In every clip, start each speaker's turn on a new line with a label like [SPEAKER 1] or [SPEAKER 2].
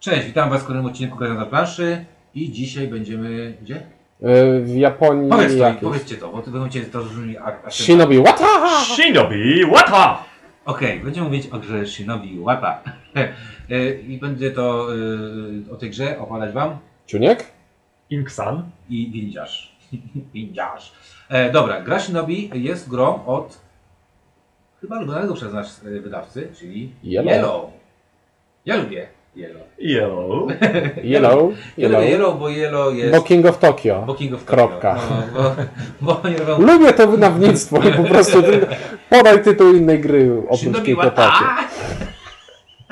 [SPEAKER 1] Cześć, witam Was w kolejnym odcinku Gazeta na planszy i dzisiaj będziemy... Gdzie?
[SPEAKER 2] E, W Japonii
[SPEAKER 1] Powiedz to,
[SPEAKER 2] jakieś.
[SPEAKER 1] powiedzcie to, bo to będziecie to brzmi ak- akcent.
[SPEAKER 2] Shinobi, wata!
[SPEAKER 3] Shinobi Wata!
[SPEAKER 1] Okej, będziemy mówić o grze Shinobi Łata. E, I będę to e, o tej grze opowiadać Wam
[SPEAKER 2] Ciuniek?
[SPEAKER 3] Inksan.
[SPEAKER 1] i windziarz. windziarz. E, dobra, gra Shinobi jest grą od chyba lubianego przez nas e, wydawcy, czyli
[SPEAKER 2] Yellow.
[SPEAKER 1] Yellow. Ja lubię Yellow.
[SPEAKER 3] Yellow.
[SPEAKER 2] Yellow?
[SPEAKER 1] Ja lubię
[SPEAKER 2] Yellow.
[SPEAKER 1] Yellow, bo Yellow jest...
[SPEAKER 2] Bo King of Tokyo.
[SPEAKER 1] Booking of
[SPEAKER 2] Kropka.
[SPEAKER 1] Tokyo. No, bo, bo oni robią
[SPEAKER 2] Lubię to wydawnictwo i po prostu ty- podaj tytuł innej gry oprócz
[SPEAKER 1] Shinobi
[SPEAKER 2] King of Tokyo.
[SPEAKER 1] Wata!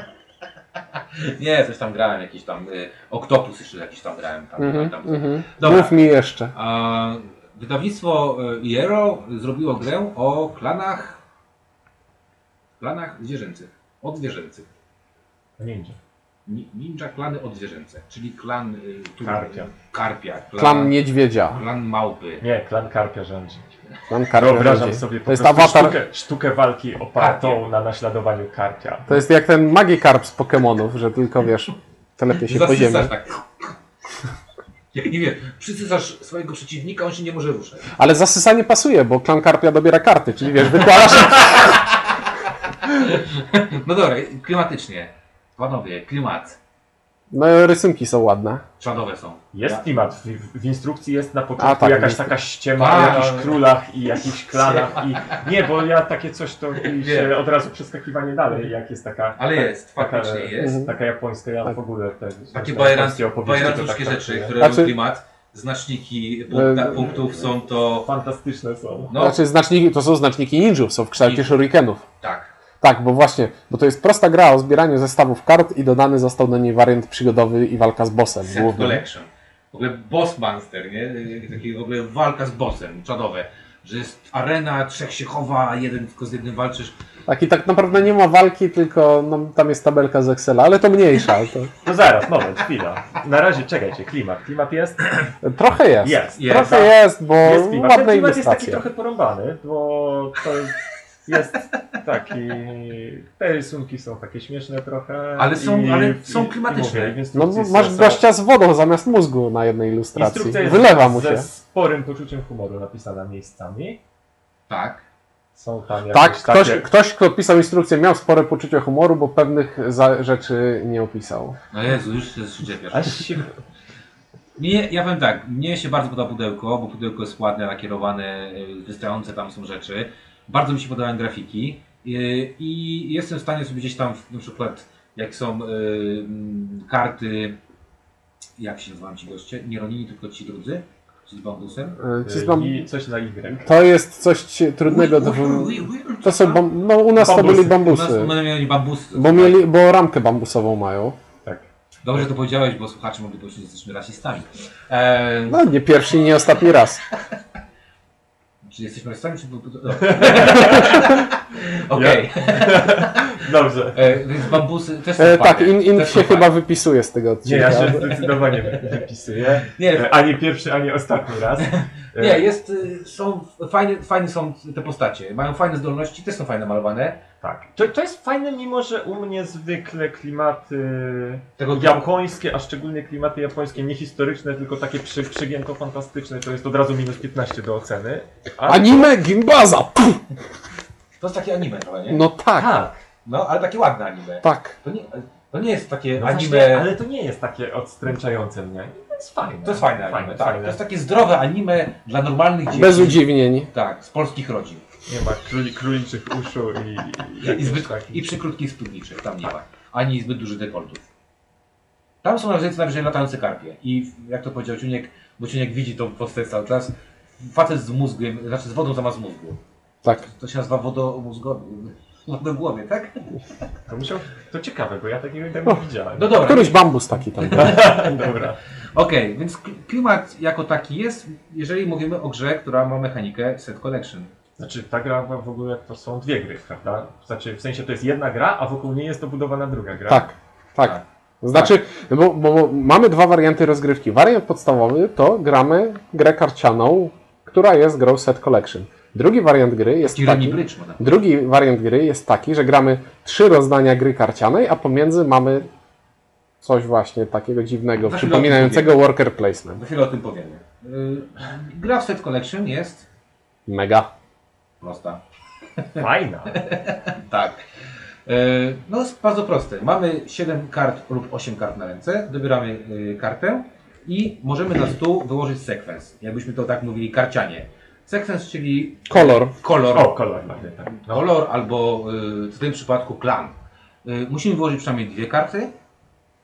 [SPEAKER 1] Nie, coś tam grałem, jakiś tam y, Octopus jeszcze jakiś tam grałem. Tam,
[SPEAKER 2] Mhm,
[SPEAKER 1] tam.
[SPEAKER 2] mhm.
[SPEAKER 1] Dobra.
[SPEAKER 2] Mów mi jeszcze.
[SPEAKER 1] A, wydawnictwo y, Iero zrobiło grę o klanach klanach zwierzęcych, odzwierzęcych.
[SPEAKER 3] Ninja.
[SPEAKER 1] Ni- Ninja klany odzwierzęce, czyli klan y, tu-
[SPEAKER 3] Karpia.
[SPEAKER 1] karpia klan,
[SPEAKER 2] Klan Niedźwiedzia.
[SPEAKER 1] klan małpy.
[SPEAKER 3] Nie, klan karpia rządzi.
[SPEAKER 2] Klan Karpia
[SPEAKER 3] Wyobrażam
[SPEAKER 2] Ludzi.
[SPEAKER 3] sobie po
[SPEAKER 2] To jest
[SPEAKER 3] prostu
[SPEAKER 2] awatar.
[SPEAKER 3] sztukę, sztukę walki opartą
[SPEAKER 1] Karpia.
[SPEAKER 3] na naśladowaniu karpia.
[SPEAKER 2] To jest jak ten Magikarp z Pokemonów, że tylko wiesz, telepie się po ziemi.
[SPEAKER 1] Zasysasz tak. Jak nie wiem, przysysasz swojego przeciwnika, on się nie może ruszać.
[SPEAKER 2] Ale zasysanie pasuje, bo klan Karpia dobiera karty, czyli wiesz, wykładasz...
[SPEAKER 1] No dobra, klimatycznie. Panowie, klimat.
[SPEAKER 2] No rysunki są ładne.
[SPEAKER 1] Czadowe są.
[SPEAKER 3] Jest klimat. W, w instrukcji jest na
[SPEAKER 2] A,
[SPEAKER 3] początku
[SPEAKER 2] tak,
[SPEAKER 3] jakaś
[SPEAKER 2] jest.
[SPEAKER 3] taka ściema o
[SPEAKER 1] Tak.
[SPEAKER 3] jakichś królach i jakichś klanach. I... Nie, bo ja takie coś to mi się od razu przeskakiwanie dalej, jak jest taka...
[SPEAKER 1] Mhm. Ale jest,
[SPEAKER 3] Tak, taka-
[SPEAKER 1] faktycznie jest.
[SPEAKER 2] Mhm.
[SPEAKER 3] Taka japońska, ja
[SPEAKER 2] Tak.
[SPEAKER 3] w ogóle te,
[SPEAKER 1] Takie
[SPEAKER 3] te
[SPEAKER 1] bajeran-
[SPEAKER 3] japońskie opowieści to
[SPEAKER 1] bajerantuszkie
[SPEAKER 3] tak
[SPEAKER 1] rzeczy,
[SPEAKER 3] traktuję.
[SPEAKER 1] które robią
[SPEAKER 2] Znaczy-
[SPEAKER 1] klimat. Znaczniki punkta,
[SPEAKER 2] E,
[SPEAKER 1] punktów są to...
[SPEAKER 3] Fantastyczne są.
[SPEAKER 1] No,
[SPEAKER 2] Znaczy, znaczniki, to są znaczniki ninjów, są w kształcie
[SPEAKER 1] Ninjów.
[SPEAKER 2] shurikenów.
[SPEAKER 1] tak.
[SPEAKER 2] Tak, bo właśnie, bo to jest prosta gra o zbieraniu zestawów kart i dodany został do niej wariant przygodowy i walka z bossem
[SPEAKER 1] Set
[SPEAKER 2] głównym.
[SPEAKER 1] Collection. W ogóle Boss Monster, nie? E, Taki w ogóle walka z bossem, czadowe. Że jest arena, trzech się chowa, jeden tylko z jednym walczysz.
[SPEAKER 2] Tak i tak naprawdę nie ma walki, tylko no, tam jest tabelka z Excela, ale to mniejsza. To...
[SPEAKER 3] No zaraz, moment, chwila. Na razie czekajcie, klimat. Klimat jest?
[SPEAKER 2] Trochę jest.
[SPEAKER 3] Jest.
[SPEAKER 1] Jest.
[SPEAKER 2] Trochę
[SPEAKER 3] tak.
[SPEAKER 2] jest, bo
[SPEAKER 3] Jest klimat. Ten
[SPEAKER 2] ładne
[SPEAKER 3] klimat jest taki
[SPEAKER 2] ilustracje.
[SPEAKER 3] trochę porąbany, bo to jest taki... Te rysunki są takie śmieszne trochę.
[SPEAKER 1] Ale są-
[SPEAKER 3] i-
[SPEAKER 1] ale są
[SPEAKER 3] i-
[SPEAKER 1] klimatyczne.
[SPEAKER 3] i mówię, w
[SPEAKER 2] No,
[SPEAKER 3] instrukcji
[SPEAKER 2] bo
[SPEAKER 3] są-
[SPEAKER 2] masz
[SPEAKER 3] są-
[SPEAKER 2] gościa z wodą zamiast mózgu na jednej ilustracji.
[SPEAKER 3] Instrukcja jest
[SPEAKER 2] Wylewa mu się.
[SPEAKER 3] Ze sporym poczuciem humoru napisana miejscami.
[SPEAKER 1] Tak.
[SPEAKER 3] Są tam jakieś
[SPEAKER 2] Tak, ktoś,
[SPEAKER 3] takie...
[SPEAKER 2] ktoś, kto pisał instrukcję, miał spore poczucie humoru, bo pewnych za- rzeczy nie opisał.
[SPEAKER 1] No Jezu, już się przyczepiasz.
[SPEAKER 3] Aż się...
[SPEAKER 1] Mnie, ja powiem tak, mnie się bardzo podoba pudełko, bo pudełko jest ładne, nakierowane, y, wystające tam są rzeczy. Bardzo mi się podobają grafiki y, i jestem w stanie sobie gdzieś tam, na przykład, jak są y, mm, karty, jak się nazywam ci goście, nie Ronini, tylko ci drudzy, ci z bambusem.
[SPEAKER 2] E, Czy znam...
[SPEAKER 3] I coś na Y.
[SPEAKER 2] To jest coś ci- trudnego do...
[SPEAKER 1] Uj, uj,
[SPEAKER 2] wy-
[SPEAKER 1] uj, uj, uj,
[SPEAKER 2] To są
[SPEAKER 1] co tam?
[SPEAKER 2] bam... No u nas to
[SPEAKER 3] Bambusy.
[SPEAKER 2] byli
[SPEAKER 1] U nas
[SPEAKER 2] bambusy.
[SPEAKER 1] u nas mieli bambus.
[SPEAKER 2] Bo, mieli, bo ramkę bambusową mają.
[SPEAKER 3] Tak.
[SPEAKER 1] Dobrze że to powiedziałeś, bo słuchacze mogli powiedzieć, że jesteśmy rasistami. E,
[SPEAKER 2] No nie pierwszy i nie ostatni raz.
[SPEAKER 1] Czy jesteśmy rasistami, czy... no. Okej.
[SPEAKER 3] Dobrze.
[SPEAKER 1] E, więc bambusy też są
[SPEAKER 2] E,
[SPEAKER 1] fajne.
[SPEAKER 2] tak, in, in
[SPEAKER 1] Też
[SPEAKER 2] się
[SPEAKER 1] są
[SPEAKER 2] chyba
[SPEAKER 1] fajne.
[SPEAKER 2] wypisuje z tego odcinka.
[SPEAKER 3] Nie, ja się zdecydowanie wypisuję.
[SPEAKER 1] Nie,
[SPEAKER 3] E, Ani pierwszy, ani ostatni raz. E,
[SPEAKER 1] nie jest, y, są fajne, fajne są te postacie, mają fajne zdolności, też są fajne malowane.
[SPEAKER 3] Tak. To, to jest fajne, mimo że u mnie zwykle klimaty
[SPEAKER 1] Tego
[SPEAKER 3] japońskie, a szczególnie klimaty japońskie, nie historyczne, tylko takie przy, przygięto fantastyczne, to jest od razu minus 15 do oceny. Ale-
[SPEAKER 2] Anime Gimbaza! Pff,
[SPEAKER 1] To jest takie anime trochę, nie? No,
[SPEAKER 2] No tak,
[SPEAKER 3] Tak,
[SPEAKER 1] ale takie ładne anime.
[SPEAKER 2] tak.
[SPEAKER 1] To nie, to nie jest takie
[SPEAKER 3] no
[SPEAKER 1] Tak. anime,
[SPEAKER 3] właśnie, ale to nie jest takie odstręczające mnie. To jest fajne.
[SPEAKER 1] to jest fajne anime, tak. To jest takie zdrowe anime dla normalnych dzieci.
[SPEAKER 2] Bez udziwnień.
[SPEAKER 1] Tak, z polskich rodzin.
[SPEAKER 3] Nie ma króli, króliczych uszu i,
[SPEAKER 1] I, zbyt,
[SPEAKER 3] takich.
[SPEAKER 1] I przy krótkich spódniczych, tam nie ma. Ani zbyt dużych dekoltów. Tam są najwyżej, najwyżej latające karpie. I jak to powiedział Ciuniek, bo Ciuniek widzi tą postać cały czas, facet z mózgiem, znaczy z wodą zamiast mózgu.
[SPEAKER 2] Tak.
[SPEAKER 1] To się nazywa wodomózgowy. Wodogłowie, tak?
[SPEAKER 3] To, musiał... to ciekawe, bo ja takiego tego nie widziałem.
[SPEAKER 1] No tak. dobra.
[SPEAKER 2] Któryś bambus taki tam.
[SPEAKER 3] Dobra.
[SPEAKER 1] Okej, więc kl- klimat jako taki jest, jeżeli mówimy o grze, która ma mechanikę set collection.
[SPEAKER 3] Znaczy ta gra w ogóle to są dwie gry, prawda? Znaczy w sensie to jest jedna gra, a wokół niej jest dobudowana druga gra.
[SPEAKER 2] Tak, tak. Znaczy, bo, bo, bo mamy dwa warianty rozgrywki. Wariant podstawowy to gramy grę karcianą, która jest grą set collection. Drugi wariant gry jest
[SPEAKER 1] Tyranny
[SPEAKER 2] taki...
[SPEAKER 1] Bridge można.
[SPEAKER 2] Drugi wariant gry jest taki, że gramy trzy rozdania gry karcianej, a pomiędzy mamy coś właśnie takiego dziwnego,
[SPEAKER 1] Za chwilę
[SPEAKER 2] przypominającego worker placement.
[SPEAKER 1] Za chwilę o tym powiemy. Y, Gra w Set Collection jest
[SPEAKER 2] Mega.
[SPEAKER 1] prosta.
[SPEAKER 3] Fajna.
[SPEAKER 1] Tak. Y, No jest bardzo proste. Mamy 7 kart lub 8 kart na ręce. Dobieramy y, kartę i możemy na stół wyłożyć sekwens. Jakbyśmy to tak mówili karcianie. Sekwens, czyli
[SPEAKER 2] Kolor.
[SPEAKER 1] kolor.
[SPEAKER 3] O, kolor ładny, tak. No.
[SPEAKER 1] Kolor albo y, w tym przypadku klan. Y, Musimy wyłożyć przynajmniej dwie karty.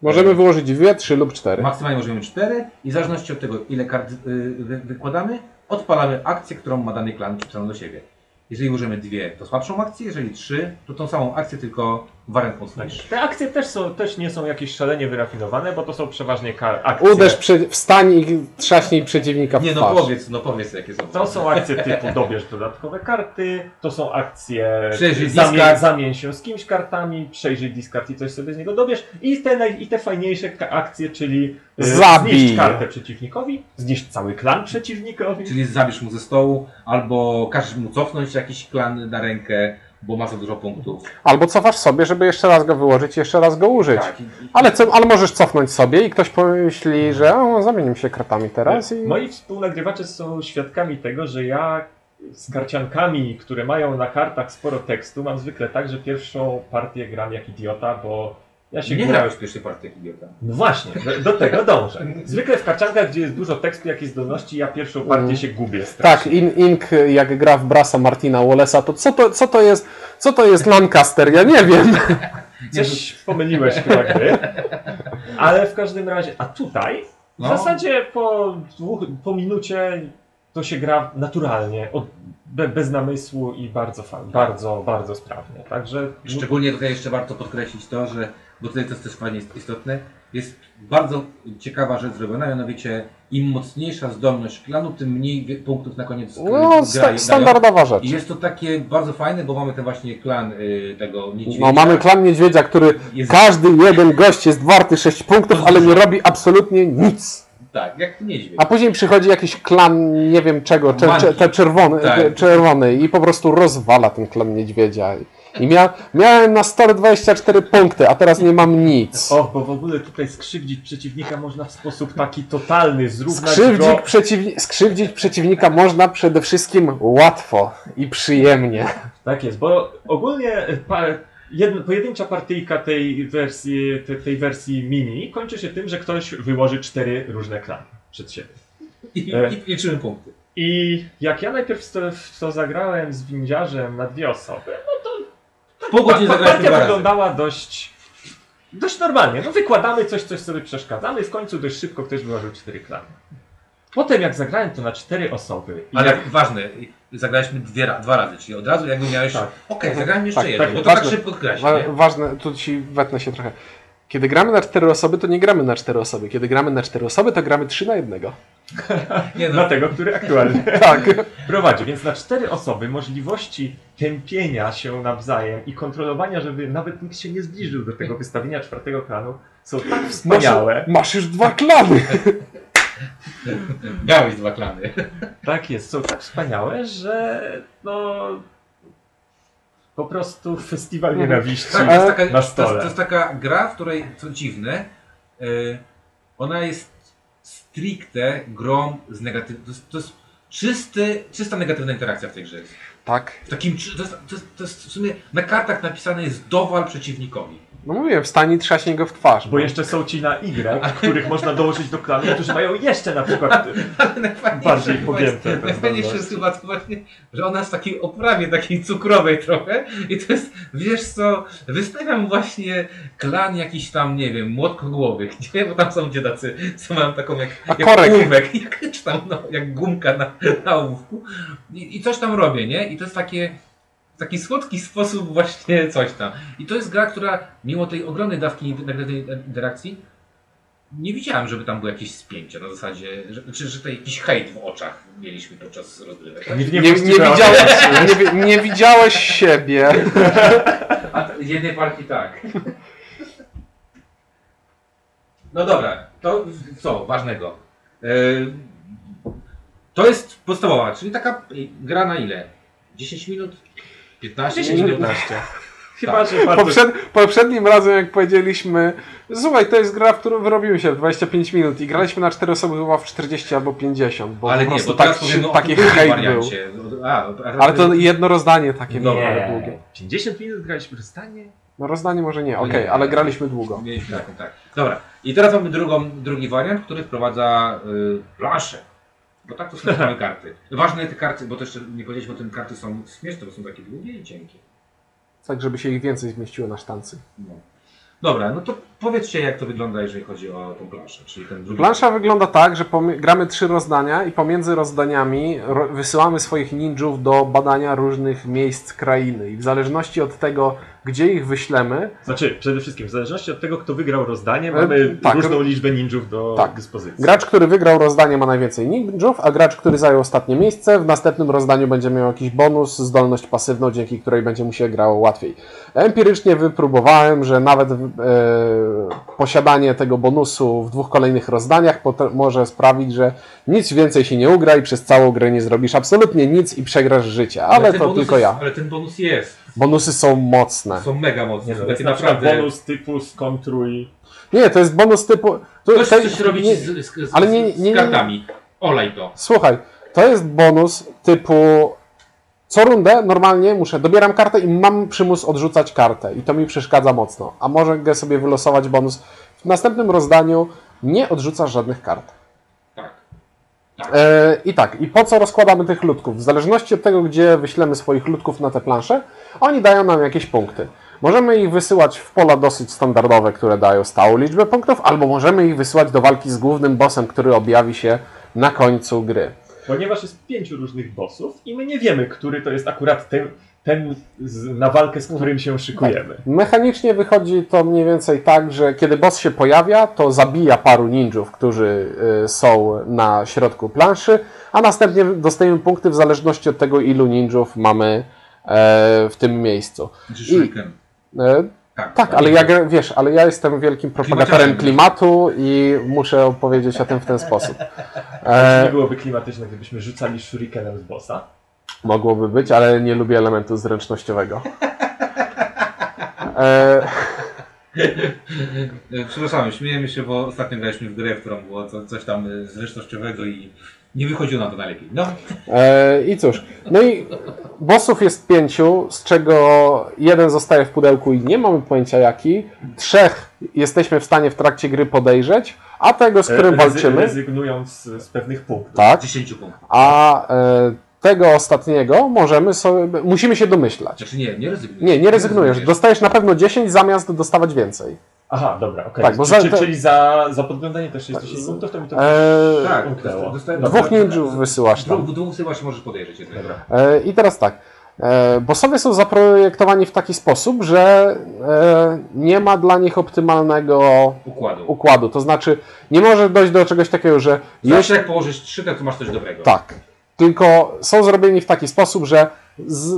[SPEAKER 2] Możemy wyłożyć dwie, trzy lub cztery.
[SPEAKER 1] Maksymalnie możemy cztery i w zależności od tego, ile kart y, wy- wykładamy, odpalamy akcję, którą ma dany klan przypisaną do siebie. Jeżeli użyjemy dwie, to słabszą akcję, jeżeli trzy, to tą samą akcję, tylko wariant
[SPEAKER 3] Tak.
[SPEAKER 1] mocniejszy.
[SPEAKER 3] Te akcje też, są, też nie są jakieś szalenie wyrafinowane, bo to są przeważnie kar- akcje.
[SPEAKER 2] Uderz, przy... wstań i trzaśnij przeciwnika w
[SPEAKER 1] Nie no
[SPEAKER 2] twarz.
[SPEAKER 1] powiedz, no powiedz jakie są.
[SPEAKER 3] To są akcje typu dobierz dodatkowe karty, to są akcje
[SPEAKER 1] Przejrzyj
[SPEAKER 3] zamień,
[SPEAKER 1] discard.
[SPEAKER 3] zamień się z kimś kartami, przejrzyj discard i coś sobie z niego dobierz. I te, naj, i te fajniejsze ka- akcje, czyli e,
[SPEAKER 2] Zabij.
[SPEAKER 3] zniszcz kartę przeciwnikowi, zniszcz cały klan przeciwnikowi.
[SPEAKER 1] Czyli zabierz mu ze stołu, albo każesz mu cofnąć jakiś klan na rękę, bo ma za dużo punktów.
[SPEAKER 2] Albo cofasz sobie, żeby jeszcze raz go wyłożyć, jeszcze raz go użyć.
[SPEAKER 1] Tak. i- i-
[SPEAKER 2] Ale, co, ale możesz cofnąć sobie i ktoś pomyśli, że o, zamienił się kartami teraz i...
[SPEAKER 3] Moi współnagrywacze są świadkami tego, że ja z karciankami, które mają na kartach sporo tekstu, mam zwykle tak, że pierwszą partię gram jak idiota, bo ja się
[SPEAKER 1] Nie
[SPEAKER 3] gra-
[SPEAKER 1] grałeś w pierwszej partii jak idiota.
[SPEAKER 3] No właśnie, do- do tego dążę. Zwykle w karciankach, gdzie jest dużo tekstu, jakiejś zdolności, ja pierwszą partię
[SPEAKER 2] Mhm.
[SPEAKER 3] się gubię.
[SPEAKER 2] Tak,
[SPEAKER 3] strasznie.
[SPEAKER 2] in, Ink jak gra w Brasa Martina Wallace'a, to co to, co to jest, co to jest Lancaster? Ja nie wiem.
[SPEAKER 3] Coś pomyliłeś chyba gry. no, Ale w każdym razie, a tutaj w
[SPEAKER 1] No.
[SPEAKER 3] zasadzie po, dwóch, po minucie to się gra naturalnie, od, be, bez namysłu i bardzo fajnie, bardzo, bardzo sprawnie. Także
[SPEAKER 1] Szczególnie tutaj jeszcze warto podkreślić to, że, bo tutaj to jest też fajnie ist- istotne, jest bardzo ciekawa rzecz zrobiona, mianowicie im mocniejsza zdolność klanu, tym mniej wie- punktów na koniec
[SPEAKER 2] No,
[SPEAKER 1] gra- dają.
[SPEAKER 2] sta, standardowa rzecz.
[SPEAKER 1] I jest to takie bardzo fajne, bo mamy ten właśnie klan y, tego niedźwiedzia.
[SPEAKER 2] No, mamy klan niedźwiedzia, który
[SPEAKER 1] Jest,
[SPEAKER 2] każdy jeden gość jest warty 6 punktów, ale nie robi absolutnie nic.
[SPEAKER 1] tak, jak niedźwiedź.
[SPEAKER 2] A później przychodzi jakiś klan, nie wiem czego, cze, cze, te czerwony,
[SPEAKER 1] Tak.
[SPEAKER 2] te czerwony i po prostu rozwala ten klan niedźwiedzia. I mia, miałem na stole 24 punkty, a teraz nie mam nic.
[SPEAKER 3] o, bo w ogóle tutaj skrzywdzić przeciwnika można w sposób taki totalny, zrównać
[SPEAKER 2] Skrzywdzić,
[SPEAKER 3] go.
[SPEAKER 2] przeciwni- skrzywdzić przeciwnika można przede wszystkim łatwo i przyjemnie.
[SPEAKER 3] Tak jest, bo ogólnie par, jedn, pojedyncza partyjka tej wersji, te, tej wersji mini kończy się tym, że ktoś wyłoży cztery różne klany przed siebie.
[SPEAKER 1] I,
[SPEAKER 3] E.
[SPEAKER 1] I liczymy punkty.
[SPEAKER 3] I jak ja najpierw w to, w to zagrałem z windziarzem na dwie osoby,
[SPEAKER 1] W pół godziny
[SPEAKER 3] pa-
[SPEAKER 1] zagraliśmy
[SPEAKER 3] partia
[SPEAKER 1] dwa razy.
[SPEAKER 3] wyglądała dość, dość normalnie. No wykładamy coś, coś sobie przeszkadzamy, w końcu dość szybko ktoś wyłożył cztery klany. Potem jak zagrałem to na cztery osoby i
[SPEAKER 1] Ale
[SPEAKER 3] jak
[SPEAKER 1] ważne, y, zagraliśmy dwie, ra- dwa razy, czyli od razu jakby miałeś,
[SPEAKER 3] Tak.
[SPEAKER 1] okej, zagrałem jeszcze
[SPEAKER 2] Tak,
[SPEAKER 1] jeden,
[SPEAKER 2] tak,
[SPEAKER 1] bo to tak
[SPEAKER 2] ważne.
[SPEAKER 1] szybko grać,
[SPEAKER 2] Wa-
[SPEAKER 1] nie?
[SPEAKER 2] ważne, tu ci wetnę się trochę. Kiedy gramy na cztery osoby, to nie gramy na cztery osoby. Kiedy gramy na cztery osoby, to gramy trzy na jednego.
[SPEAKER 1] nie
[SPEAKER 3] na
[SPEAKER 1] no,
[SPEAKER 3] tego, który aktualnie
[SPEAKER 2] Tak.
[SPEAKER 3] prowadzi. Więc na cztery osoby możliwości tępienia się nawzajem i kontrolowania, żeby nawet nikt się nie zbliżył do tego wystawienia czwartego klanu, są tak
[SPEAKER 2] Masz,
[SPEAKER 3] wspaniałe.
[SPEAKER 2] masz już dwa klany.
[SPEAKER 1] miałeś dwa klany.
[SPEAKER 3] Tak jest, są tak wspaniałe, że no... Po prostu festiwal
[SPEAKER 2] Mhm.
[SPEAKER 3] nienawiści.
[SPEAKER 1] Tak, to jest, taka,
[SPEAKER 3] na
[SPEAKER 1] To,
[SPEAKER 3] stole.
[SPEAKER 1] jest, to jest taka gra, w której, co dziwne, y, ona jest stricte grą z negatyw... To jest, to jest czysty, czysta negatywna interakcja w tej grze.
[SPEAKER 2] Tak.
[SPEAKER 1] W takim, czy- to, jest, to, jest, to jest w sumie na kartach napisane jest dowal przeciwnikowi.
[SPEAKER 2] No mówiłem, wstani trzaśnij go w twarz. no.
[SPEAKER 3] Bo jeszcze są ci na Y, których można dołożyć do klanu, którzy mają jeszcze na przykład.
[SPEAKER 1] Ale najfajniejsze
[SPEAKER 3] Bardziej
[SPEAKER 1] chyba
[SPEAKER 3] pogięte
[SPEAKER 1] jest-
[SPEAKER 3] te
[SPEAKER 1] Najfajniejsze jest
[SPEAKER 3] zdolności.
[SPEAKER 1] chyba to właśnie, że ona jest w takiej oprawie takiej cukrowej trochę i to jest, wiesz co, wystawiam właśnie klan jakiś tam, nie wiem, młotkogłowych, nie? Bo tam są dziedacy, co mają taką jak,
[SPEAKER 2] A
[SPEAKER 1] jak
[SPEAKER 2] korek.
[SPEAKER 1] ołówek, jak, czy tam, no, jak gumka na, na ołówku I, i coś tam robię, nie? I to jest takie w taki słodki sposób właśnie coś tam. I to jest gra, która mimo tej ogromnej dawki negatywnej interakcji nie widziałem, żeby tam było jakieś spięcie na zasadzie, że, czy, że to jakiś hejt w oczach mieliśmy podczas rozgrywek.
[SPEAKER 2] Nie, nie, widziałeś, nie, wi- nie widziałeś siebie.
[SPEAKER 1] A t- z jednej partii tak. No dobra, to co ważnego. Yy, To jest podstawowa, czyli taka y, gra na ile? 10 minut? 15
[SPEAKER 3] 10
[SPEAKER 1] minut?
[SPEAKER 2] Tak.
[SPEAKER 3] 15. Chyba, że bardzo...
[SPEAKER 2] Poprzed, poprzednim razem, jak powiedzieliśmy, słuchaj, to jest gra, w którą wyrobiłem się w 25 minut i graliśmy na 4 osoby chyba w 40 albo 50, bo
[SPEAKER 1] ale
[SPEAKER 2] po
[SPEAKER 1] nie,
[SPEAKER 2] prostu
[SPEAKER 1] bo
[SPEAKER 2] tak,
[SPEAKER 1] teraz powiem no, o
[SPEAKER 2] taki
[SPEAKER 1] tym drugim
[SPEAKER 2] hejt był.
[SPEAKER 1] wariancie. No, A, a-
[SPEAKER 2] Ale to jedno rozdanie takie było, ale długie.
[SPEAKER 3] Nie. 50 minut graliśmy w stanie?
[SPEAKER 2] No rozdanie może nie,
[SPEAKER 1] No
[SPEAKER 2] okej,
[SPEAKER 1] nie.
[SPEAKER 2] ale graliśmy długo.
[SPEAKER 1] Mieliśmy taką, tak. Dobra. I teraz mamy drugą, drugi wariant, który wprowadza y, planszę. Bo tak to są same karty. No Ważne te karty, bo też nie powiedzieliśmy o tym, karty są śmieszne, bo są takie długie i cienkie.
[SPEAKER 2] Tak, żeby się ich więcej zmieściło na sztancy.
[SPEAKER 1] No. Dobra, no to powiedzcie jak to wygląda, jeżeli chodzi o tą planszę, czyli ten drugi.
[SPEAKER 2] Plansza wygląda tak, że pomie- gramy trzy rozdania i pomiędzy rozdaniami ro- wysyłamy swoich ninjów do badania różnych miejsc krainy. I w zależności od tego, gdzie ich wyślemy,
[SPEAKER 3] Znaczy, przede wszystkim, w zależności od tego, kto wygrał rozdanie,
[SPEAKER 2] E,
[SPEAKER 3] mamy
[SPEAKER 2] tak.
[SPEAKER 3] różną liczbę ninjów do
[SPEAKER 2] Tak.
[SPEAKER 3] dyspozycji.
[SPEAKER 2] Gracz, który wygrał rozdanie ma najwięcej ninjów, a gracz, który zajął ostatnie miejsce, w następnym rozdaniu będzie miał jakiś bonus, zdolność pasywną, dzięki której będzie mu się grało łatwiej. Empirycznie wypróbowałem, że nawet e, posiadanie tego bonusu w dwóch kolejnych rozdaniach pot- może sprawić, że nic więcej się nie ugra i przez całą grę nie zrobisz absolutnie nic i przegrasz życie, ale
[SPEAKER 1] ten
[SPEAKER 2] to
[SPEAKER 1] bonus
[SPEAKER 2] tylko
[SPEAKER 1] jest,
[SPEAKER 2] ja. Tak.
[SPEAKER 1] Ale ten bonus jest.
[SPEAKER 2] Bonusy są mocne.
[SPEAKER 1] Są mega mocne.
[SPEAKER 3] Nie,
[SPEAKER 1] są
[SPEAKER 3] no,
[SPEAKER 1] takie
[SPEAKER 3] to jest na przykład
[SPEAKER 1] naprawdę.
[SPEAKER 3] bonus typu skontruj.
[SPEAKER 2] Nie, to jest bonus typu... to-
[SPEAKER 1] Ktoś
[SPEAKER 2] to-
[SPEAKER 1] coś robić
[SPEAKER 2] nie-
[SPEAKER 1] z, z, z,
[SPEAKER 2] ale nie- nie- nie-
[SPEAKER 1] z kartami. Olej to.
[SPEAKER 2] Słuchaj, to jest bonus typu. Co rundę normalnie muszę, dobieram kartę i mam przymus odrzucać kartę i to mi przeszkadza mocno. A mogę sobie wylosować bonus. W następnym rozdaniu nie odrzucasz żadnych kart.
[SPEAKER 1] Tak.
[SPEAKER 2] E, I tak, i po co rozkładamy tych ludków? W zależności od tego, gdzie wyślemy swoich ludków na te plansze, oni dają nam jakieś punkty. Możemy ich wysyłać w pola dosyć standardowe, które dają stałą liczbę punktów, albo możemy ich wysyłać do walki z głównym bossem, który objawi się na końcu gry.
[SPEAKER 3] Ponieważ jest pięciu różnych bossów i my nie wiemy, który to jest akurat ten, ten z, na walkę, z którym się szykujemy.
[SPEAKER 2] Mechanicznie wychodzi to mniej więcej tak, że kiedy boss się pojawia, to zabija paru ninjów, którzy y, są na środku planszy, a następnie dostajemy punkty w zależności od tego, ilu ninjów mamy e, w tym miejscu.
[SPEAKER 1] Znaczy shuriken.
[SPEAKER 2] E, tak, ale ja gra- wiesz, ale ja jestem wielkim propagatorem klimatu i muszę opowiedzieć o tym w ten sposób.
[SPEAKER 3] Czy
[SPEAKER 2] E,
[SPEAKER 3] nie byłoby klimatyczne, gdybyśmy rzucali shurikenem z bossa?
[SPEAKER 2] Mogłoby być, ale nie lubię elementu zręcznościowego. E,
[SPEAKER 1] E, Przepraszam, śmiejemy się, bo ostatnio graliśmy w grę, w którą było co, coś tam e, zręcznościowego i nie wychodziło nam to najlepiej. No,
[SPEAKER 2] E, I cóż, no i bossów jest pięciu, z czego jeden zostaje w pudełku i nie mamy pojęcia jaki. Trzech jesteśmy w stanie w trakcie gry podejrzeć, a tego, E, z którym
[SPEAKER 3] Rezy-
[SPEAKER 2] walczymy,
[SPEAKER 3] e, Rezygnując z, z pewnych punktów.
[SPEAKER 2] tak,
[SPEAKER 1] 10 punktów.
[SPEAKER 2] a e, tego ostatniego możemy sobie, musimy się domyślać.
[SPEAKER 1] Znaczy nie, nie rezygnujesz.
[SPEAKER 2] Nie, nie rezygnujesz. Dostajesz na pewno 10 zamiast dostawać więcej.
[SPEAKER 3] Aha, dobra, okej.
[SPEAKER 2] Tak, bo
[SPEAKER 3] Czy-
[SPEAKER 2] za-
[SPEAKER 3] czy,
[SPEAKER 2] to-
[SPEAKER 3] Czyli za, za podglądanie też jest
[SPEAKER 2] Tak,
[SPEAKER 3] 10 punktów, to mi to...
[SPEAKER 2] E,
[SPEAKER 1] Tak,
[SPEAKER 3] Umknęło.
[SPEAKER 1] dosta- dostałem-
[SPEAKER 2] Dwóch ninjów wysyłasz tam.
[SPEAKER 1] Dwóch, dwóch chyba się możesz podejrzeć. Jest dobra.
[SPEAKER 2] E, I teraz tak. E, Bossowie są zaprojektowani w taki sposób, że e, nie ma dla nich optymalnego
[SPEAKER 1] Układu.
[SPEAKER 2] układu. To znaczy, nie może dojść do czegoś takiego, że
[SPEAKER 1] Zawsze
[SPEAKER 2] jeśli.
[SPEAKER 1] jak położysz trzy, to masz coś dobrego.
[SPEAKER 2] Tak. Tylko są zrobieni w taki sposób, że z...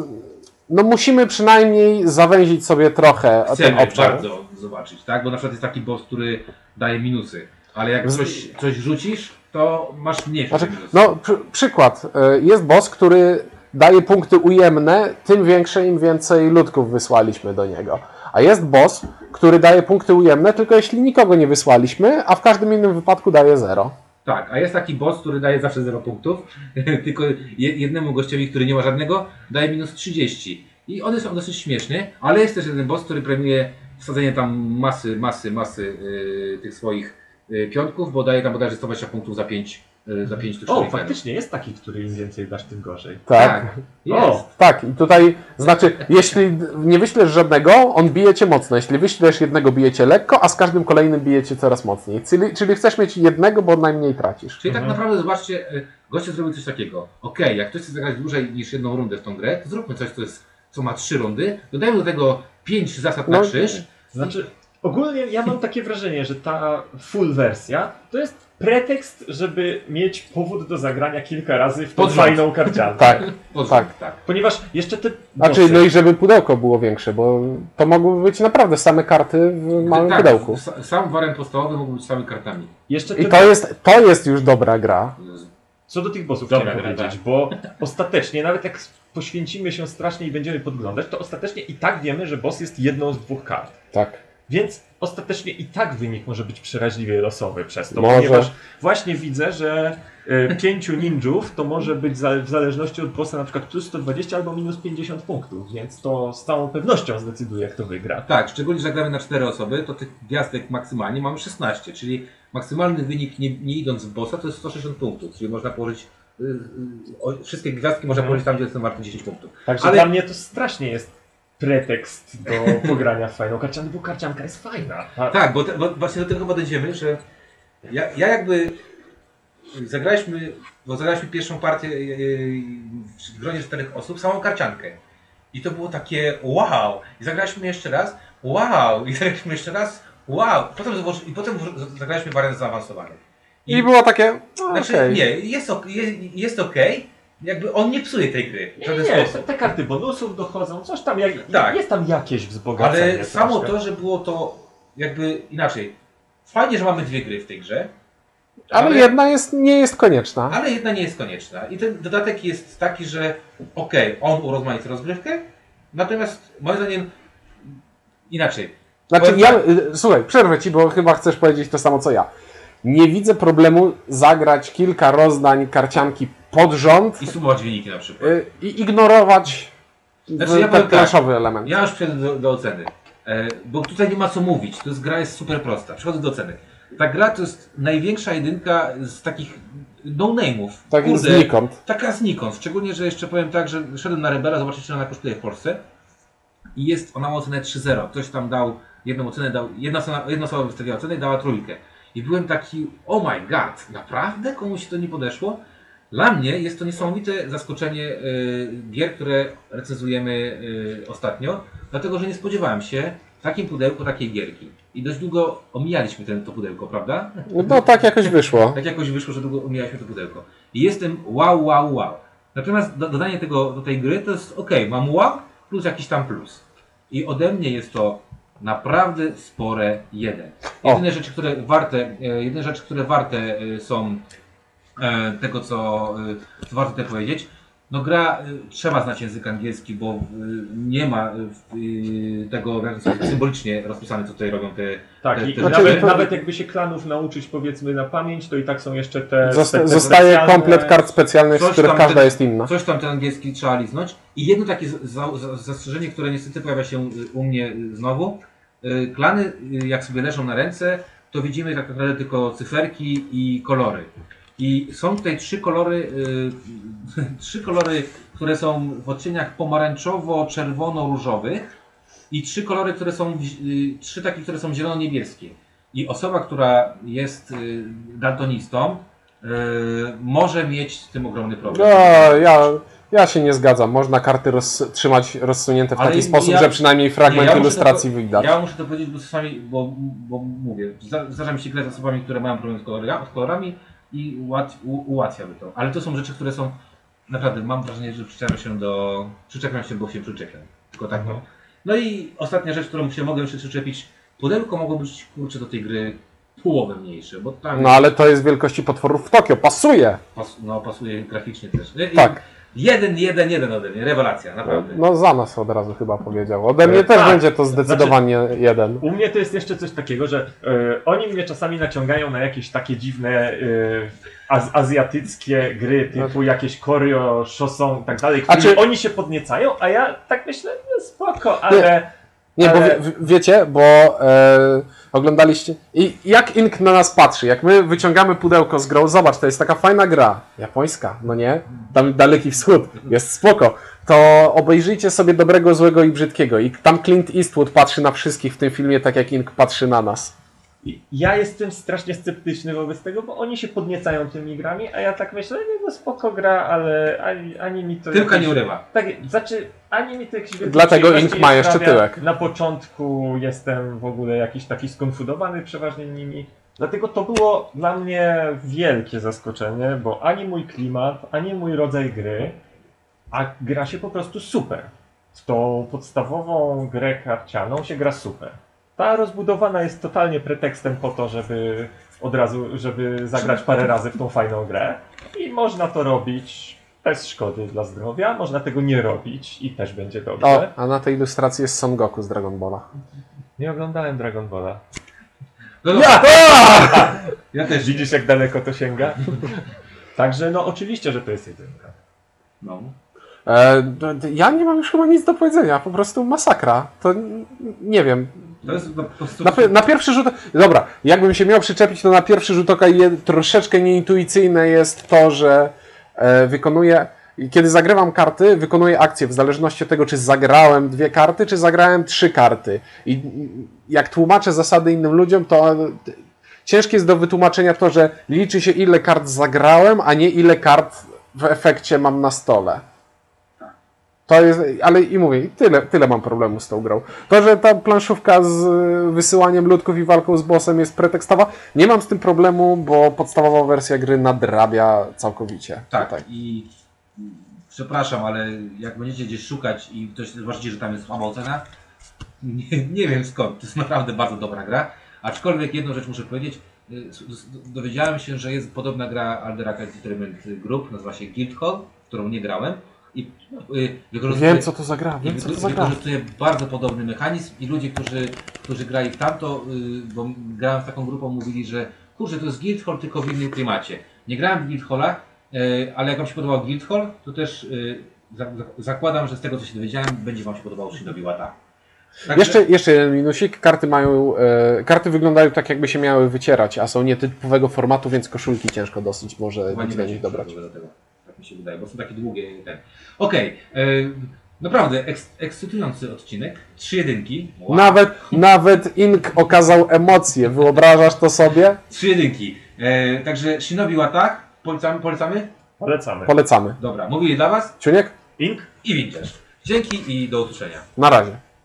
[SPEAKER 2] no musimy przynajmniej zawęzić sobie trochę ten
[SPEAKER 1] Chcemy
[SPEAKER 2] obszar.
[SPEAKER 1] bardzo zobaczyć, tak? Bo na przykład jest taki boss, który daje minusy, ale jak
[SPEAKER 2] Z-
[SPEAKER 1] coś, coś rzucisz, to masz mniejsze
[SPEAKER 2] Znaczy,
[SPEAKER 1] minusy.
[SPEAKER 2] no, przy, przykład. E, Jest boss, który daje punkty ujemne, tym większe, im więcej ludków wysłaliśmy do niego. A jest boss, który daje punkty ujemne, tylko jeśli nikogo nie wysłaliśmy, a w każdym innym wypadku daje zero.
[SPEAKER 1] Tak, a jest taki boss, który daje zawsze 0 punktów, tylko je- jednemu gościowi, który nie ma żadnego, daje minus 30. I on jest dosyć śmieszny, ale jest też jeden boss, który premiuje wsadzenie tam masy, masy, masy yy, tych swoich yy, piątków, bo daje tam bodajże 120 punktów za 5 yy, za pięć tych
[SPEAKER 3] O,
[SPEAKER 1] shurikenów.
[SPEAKER 3] faktycznie jest taki, który im więcej dasz, tym gorzej.
[SPEAKER 2] Tak.
[SPEAKER 1] Tak, jest.
[SPEAKER 3] O,
[SPEAKER 2] Tak, i tutaj znaczy, jeśli d- nie wyślesz żadnego, on bije cię mocno. Jeśli wyślesz jednego, bije cię lekko, a z każdym kolejnym bije cię coraz mocniej. Czyli, czyli chcesz mieć jednego, bo najmniej tracisz.
[SPEAKER 1] Czyli tak
[SPEAKER 3] Mhm.
[SPEAKER 1] naprawdę zobaczcie, y, goście zrobił coś takiego. Okej, jak ktoś chce zagrać dłużej niż jedną rundę w tą grę, to zróbmy coś, co, jest, co ma trzy rundy, dodajmy do tego pięć zasad na
[SPEAKER 2] No,
[SPEAKER 1] krzyż.
[SPEAKER 3] znaczy, ogólnie ja mam takie wrażenie, że ta full wersja to jest pretekst, żeby mieć powód do zagrania kilka razy w tą
[SPEAKER 1] Pod rząd.
[SPEAKER 3] fajną karciankę.
[SPEAKER 2] Tak.
[SPEAKER 1] Po
[SPEAKER 2] tak.
[SPEAKER 1] tak, tak.
[SPEAKER 3] Ponieważ jeszcze te
[SPEAKER 2] Znaczy,
[SPEAKER 3] bossy-
[SPEAKER 2] no i żeby pudełko było większe, bo to mogłyby być naprawdę same karty w małym
[SPEAKER 1] tak,
[SPEAKER 2] pudełku.
[SPEAKER 1] s- Sam wariant podstawowy mógł być samymi kartami.
[SPEAKER 3] jeszcze te
[SPEAKER 2] I to jest, to jest już dobra gra.
[SPEAKER 1] Z-
[SPEAKER 3] Co do tych bossów
[SPEAKER 1] Dobra
[SPEAKER 3] chciałem
[SPEAKER 1] gra,
[SPEAKER 3] powiedzieć, bo ostatecznie, nawet jak poświęcimy się strasznie i będziemy podglądać, to ostatecznie i tak wiemy, że boss jest jedną z dwóch kart.
[SPEAKER 2] Tak.
[SPEAKER 3] Więc ostatecznie i tak wynik może być przeraźliwie losowy przez to,
[SPEAKER 2] Może.
[SPEAKER 3] ponieważ właśnie widzę, że y, pięciu ninjów to może być za, w zależności od bossa na przykład plus 120 albo minus 50 punktów, więc to z całą pewnością zdecyduje kto wygra.
[SPEAKER 1] Tak, szczególnie, że gramy na 4 osoby, to tych gwiazdek maksymalnie mamy 16, czyli maksymalny wynik nie, nie idąc w bossa to jest 160 punktów, czyli można położyć y, y, o- wszystkie gwiazdki można
[SPEAKER 3] Mhm.
[SPEAKER 1] położyć tam, gdzie są warte 10 punktów.
[SPEAKER 3] Także
[SPEAKER 1] Ale-
[SPEAKER 3] dla mnie to strasznie jest pretekst do pogrania w fajną karciankę, bo karcianka jest fajna. A,
[SPEAKER 1] Tak, bo, te, bo właśnie do tego chyba dojdziemy, że ja, ja jakby zagraliśmy, bo zagraliśmy pierwszą partię yy, w gronie czterech osób, samą karciankę. I to było takie wow! I zagraliśmy jeszcze raz, wow! I zagraliśmy jeszcze raz, wow! Potem, złoży- I potem wrzu- zagraliśmy wariant zaawansowany.
[SPEAKER 2] I było takie. No,
[SPEAKER 1] Znaczy,
[SPEAKER 2] okej.
[SPEAKER 1] nie, jest, ok, jest, jest okej, jakby on nie psuje tej gry w
[SPEAKER 3] Nie,
[SPEAKER 1] żaden
[SPEAKER 3] nie,
[SPEAKER 1] sposób.
[SPEAKER 3] te karty bonusów dochodzą, coś tam, jak,
[SPEAKER 1] Tak.
[SPEAKER 3] jest tam jakieś wzbogacenie.
[SPEAKER 1] Ale samo
[SPEAKER 3] troszkę.
[SPEAKER 1] to, że było to jakby inaczej. Fajnie, że mamy dwie gry w tej grze,
[SPEAKER 2] Ale jedna jest, nie jest konieczna.
[SPEAKER 1] ale jedna nie jest konieczna. I ten dodatek jest taki, że okej, on urozmaica rozgrywkę, natomiast moim zdaniem inaczej.
[SPEAKER 2] Znaczy,
[SPEAKER 1] powiem tak,
[SPEAKER 2] ja, y, słuchaj, przerwę ci, bo chyba chcesz powiedzieć to samo co ja. Nie widzę problemu zagrać kilka rozdań karcianki pod rząd
[SPEAKER 1] I sumować wyniki na przykład.
[SPEAKER 2] y, i ignorować
[SPEAKER 1] Znaczy,
[SPEAKER 2] y,
[SPEAKER 1] ja
[SPEAKER 2] ten
[SPEAKER 1] powiem tak.
[SPEAKER 2] planszowy element.
[SPEAKER 1] Ja już przejdę do, do oceny. E, bo tutaj nie ma co mówić. To jest, gra jest super prosta. Przechodzę do oceny. Ta gra to jest największa jedynka z takich no-name'ów.
[SPEAKER 2] Tak jest
[SPEAKER 1] Kurde,
[SPEAKER 2] znikąd.
[SPEAKER 1] Taka znikąd. Szczególnie, że jeszcze powiem tak, że szedłem na Rebela, zobaczyć, czy ona kosztuje w Polsce. I jest ona ma ocenę 3-0. Ktoś tam dał jedną ocenę, dał, jedna, osoba, jedna osoba wystawiła ocenę i dała trójkę. I byłem taki, oh my god, naprawdę komuś to nie podeszło? Dla mnie jest to niesamowite zaskoczenie y, gier, które recenzujemy y, ostatnio, dlatego że nie spodziewałem się w takim pudełku takiej gierki. I dość długo omijaliśmy ten, to pudełko, prawda?
[SPEAKER 2] No tak jakoś wyszło.
[SPEAKER 1] Tak jakoś wyszło, że długo omijaliśmy to pudełko. I jestem wow, wow, wow. Natomiast do, dodanie tego do tej gry to jest ok, mam wow plus jakiś tam plus. I ode mnie jest to naprawdę spore jeden.
[SPEAKER 2] O.
[SPEAKER 1] Jedyne rzeczy, które warte, e, jedyne rzeczy, które warte e, są e, tego, co, e, co warto tutaj powiedzieć. No gra, e, trzeba znać język angielski, bo e, nie ma e, w- e, tego w jaki sposób symbolicznie rozpisane, co tutaj robią te...
[SPEAKER 3] Tak,
[SPEAKER 1] Te-
[SPEAKER 3] i
[SPEAKER 1] te-
[SPEAKER 3] nawet,
[SPEAKER 2] Znaczy, to-
[SPEAKER 3] nawet jakby się klanów nauczyć powiedzmy na pamięć, to i tak są jeszcze te.
[SPEAKER 2] Zosta-
[SPEAKER 3] te- te
[SPEAKER 2] Zostaje
[SPEAKER 3] specjalne-
[SPEAKER 2] komplet kart specjalnych, z
[SPEAKER 1] Coś
[SPEAKER 2] których
[SPEAKER 1] tam
[SPEAKER 2] każda
[SPEAKER 1] też-
[SPEAKER 2] jest inna.
[SPEAKER 1] Coś tam ten angielski trzeba liznąć. I jedno takie z- za- za- zastrzeżenie, które niestety pojawia się y, u mnie y, znowu. Y, Klany, y, jak sobie leżą na ręce, to widzimy tak naprawdę tylko cyferki i kolory. I są tutaj trzy kolory, y, trzy kolory, które są w odcieniach pomarańczowo-czerwono-różowych i trzy kolory, które są, w zi- y, trzy takie, które są zielono-niebieskie. I osoba, która jest y, daltonistą, y, może mieć z tym ogromny problem.
[SPEAKER 2] No, ja, ja się nie zgadzam. Można karty roz, trzymać rozsunięte w
[SPEAKER 1] Ale
[SPEAKER 2] taki
[SPEAKER 1] ja-
[SPEAKER 2] sposób, że przynajmniej fragment
[SPEAKER 1] Nie, ja muszę
[SPEAKER 2] ilustracji
[SPEAKER 1] to-
[SPEAKER 2] widać.
[SPEAKER 1] Ja muszę to powiedzieć, bo czasami, bo, bo mówię, zda- zdarza mi się grać z osobami, które mają problem z kolorami, z kolorami i ułat, u, ułatwiamy to. Ale to są rzeczy, które są, naprawdę mam wrażenie, że przyczepiam się do, przyczepiam się, bo się przyczepiam. Tylko tak
[SPEAKER 2] Mhm.
[SPEAKER 1] no. No i ostatnia rzecz, którą się mogę jeszcze przyczepić, pudełko mogło być, kurczę, do tej gry połowę mniejsze, bo tam
[SPEAKER 2] No ale to jest wielkości potworów w Tokio, pasuje!
[SPEAKER 1] pas, no, pasuje graficznie też. I-
[SPEAKER 2] Tak.
[SPEAKER 1] i Jeden, jeden, jeden ode mnie, rewelacja, naprawdę.
[SPEAKER 2] No za nas od razu chyba powiedział. Ode mnie
[SPEAKER 3] E,
[SPEAKER 2] też
[SPEAKER 3] tak.
[SPEAKER 2] będzie to
[SPEAKER 1] Znaczy-
[SPEAKER 2] zdecydowanie jeden.
[SPEAKER 3] U mnie to jest jeszcze coś takiego, że e, oni mnie czasami naciągają na jakieś takie dziwne e, az, azjatyckie gry, typu jakieś koreo, szosą i tak dalej,
[SPEAKER 2] A
[SPEAKER 3] którymi
[SPEAKER 2] czy-
[SPEAKER 3] oni się podniecają, a ja tak myślę, no spoko, ale
[SPEAKER 2] Nie, bo
[SPEAKER 3] Ale-
[SPEAKER 2] wie, w- wiecie, bo e, oglądaliście. I jak Ink na nas patrzy, jak my wyciągamy pudełko z grą, zobacz, to jest taka fajna gra. Japońska, no nie? Tam daleki wschód, jest spoko. To obejrzyjcie sobie dobrego, złego i brzydkiego. I tam Clint Eastwood patrzy na wszystkich w tym filmie, tak jak Ink patrzy na nas.
[SPEAKER 3] ja jestem strasznie sceptyczny wobec tego, bo oni się podniecają tymi grami, a ja tak myślę, nie, no spoko gra, ale ani, ani mi to
[SPEAKER 1] Tylko
[SPEAKER 3] jakoś-
[SPEAKER 1] nie urywa.
[SPEAKER 3] Tak, znaczy, ani mi to jakiś wielki
[SPEAKER 2] Dlatego
[SPEAKER 3] przyjemności
[SPEAKER 2] Ink ma
[SPEAKER 3] nie
[SPEAKER 2] jeszcze
[SPEAKER 3] sprawia.
[SPEAKER 2] tyłek.
[SPEAKER 3] Na początku jestem w ogóle jakiś taki skonfudowany przeważnie nimi. Dlatego to było dla mnie wielkie zaskoczenie, bo ani mój klimat, ani mój rodzaj gry, a gra się po prostu super. W tą podstawową grę karcianą się gra super. Ta rozbudowana jest totalnie pretekstem po to, żeby od razu, żeby zagrać parę razy w tą fajną grę. I można to robić bez szkody dla zdrowia, można tego nie robić i też będzie
[SPEAKER 2] O,
[SPEAKER 3] dobrze.
[SPEAKER 2] a na tej ilustracji jest Son Goku z Dragon Balla.
[SPEAKER 3] Nie oglądałem Dragon Balla.
[SPEAKER 1] No dobra,
[SPEAKER 2] Ja!
[SPEAKER 1] ja też.
[SPEAKER 3] Widzisz jak daleko to sięga? Także no oczywiście, że to jest jedynka.
[SPEAKER 1] No.
[SPEAKER 2] E, d- d- ja nie mam już chyba nic do powiedzenia, po prostu masakra. To n- nie wiem.
[SPEAKER 1] To jest po prostu...
[SPEAKER 2] Na, pe- na pierwszy rzut. Dobra, jakbym się miał przyczepić, to na pierwszy rzut oka je, troszeczkę nieintuicyjne jest to, że e, wykonuję. i Kiedy zagrywam karty, wykonuję akcję w zależności od tego, czy zagrałem dwie karty, czy zagrałem trzy karty. I i jak tłumaczę zasady innym ludziom, to e, ciężkie jest do wytłumaczenia to, że liczy się ile kart zagrałem, a nie ile kart w efekcie mam na stole. To jest, ale i mówię, i tyle, tyle mam problemu z tą grą. To, że ta planszówka z y, wysyłaniem ludków i walką z bossem jest pretekstowa, nie mam z tym problemu, bo podstawowa wersja gry nadrabia całkowicie.
[SPEAKER 1] Tak,
[SPEAKER 2] Tutaj.
[SPEAKER 1] i mm, przepraszam, ale jak będziecie gdzieś szukać i ktoś zobaczycie, że tam jest słaba ocena, nie, nie wiem skąd, to jest naprawdę bardzo dobra gra. Aczkolwiek jedną rzecz muszę powiedzieć, y, s- s- dowiedziałem się, że jest podobna gra Alderac Entertainment Group, nazywa się Guildhall, w którą nie grałem. I y, wykorzystuje-
[SPEAKER 2] Wiem, co to za gra,
[SPEAKER 1] i
[SPEAKER 2] wiem, co to tak. za gra.
[SPEAKER 1] wykorzystuje bardzo podobny mechanizm i ludzie, którzy, którzy grali w tamto, y, bo grałem z taką grupą, mówili, że kurczę, to jest Guildhall, tylko w innym klimacie. Nie grałem w Guildhalla, y, ale jak Wam się podobał Guildhall, to też y, za- za- zakładam, że z tego, co się dowiedziałem, będzie Wam się podobał Shinobi Wata. Także-
[SPEAKER 2] Jeszcze, jeszcze jeden minusik, karty mają, e, karty wyglądają tak jakby się miały wycierać, a są nietypowego formatu, więc koszulki ciężko dosyć może
[SPEAKER 1] Chyba nie
[SPEAKER 2] do
[SPEAKER 1] będzie
[SPEAKER 2] nich dobrać.
[SPEAKER 1] do tego. Tak mi się wydaje, bo są takie długie. Ten. Okej, y, naprawdę eks, ekscytujący odcinek. Trzy jedynki. Wow.
[SPEAKER 2] Nawet, nawet Ink okazał emocje, wyobrażasz to sobie?
[SPEAKER 1] Trzy jedynki. E, także Shinobi Wata, polecamy, polecamy?
[SPEAKER 3] Polecamy.
[SPEAKER 2] Polecamy.
[SPEAKER 1] Dobra, mówili dla Was
[SPEAKER 2] Ciuniek?
[SPEAKER 3] Ink?
[SPEAKER 1] i Windziarz. Dzięki i do usłyszenia.
[SPEAKER 2] Na razie.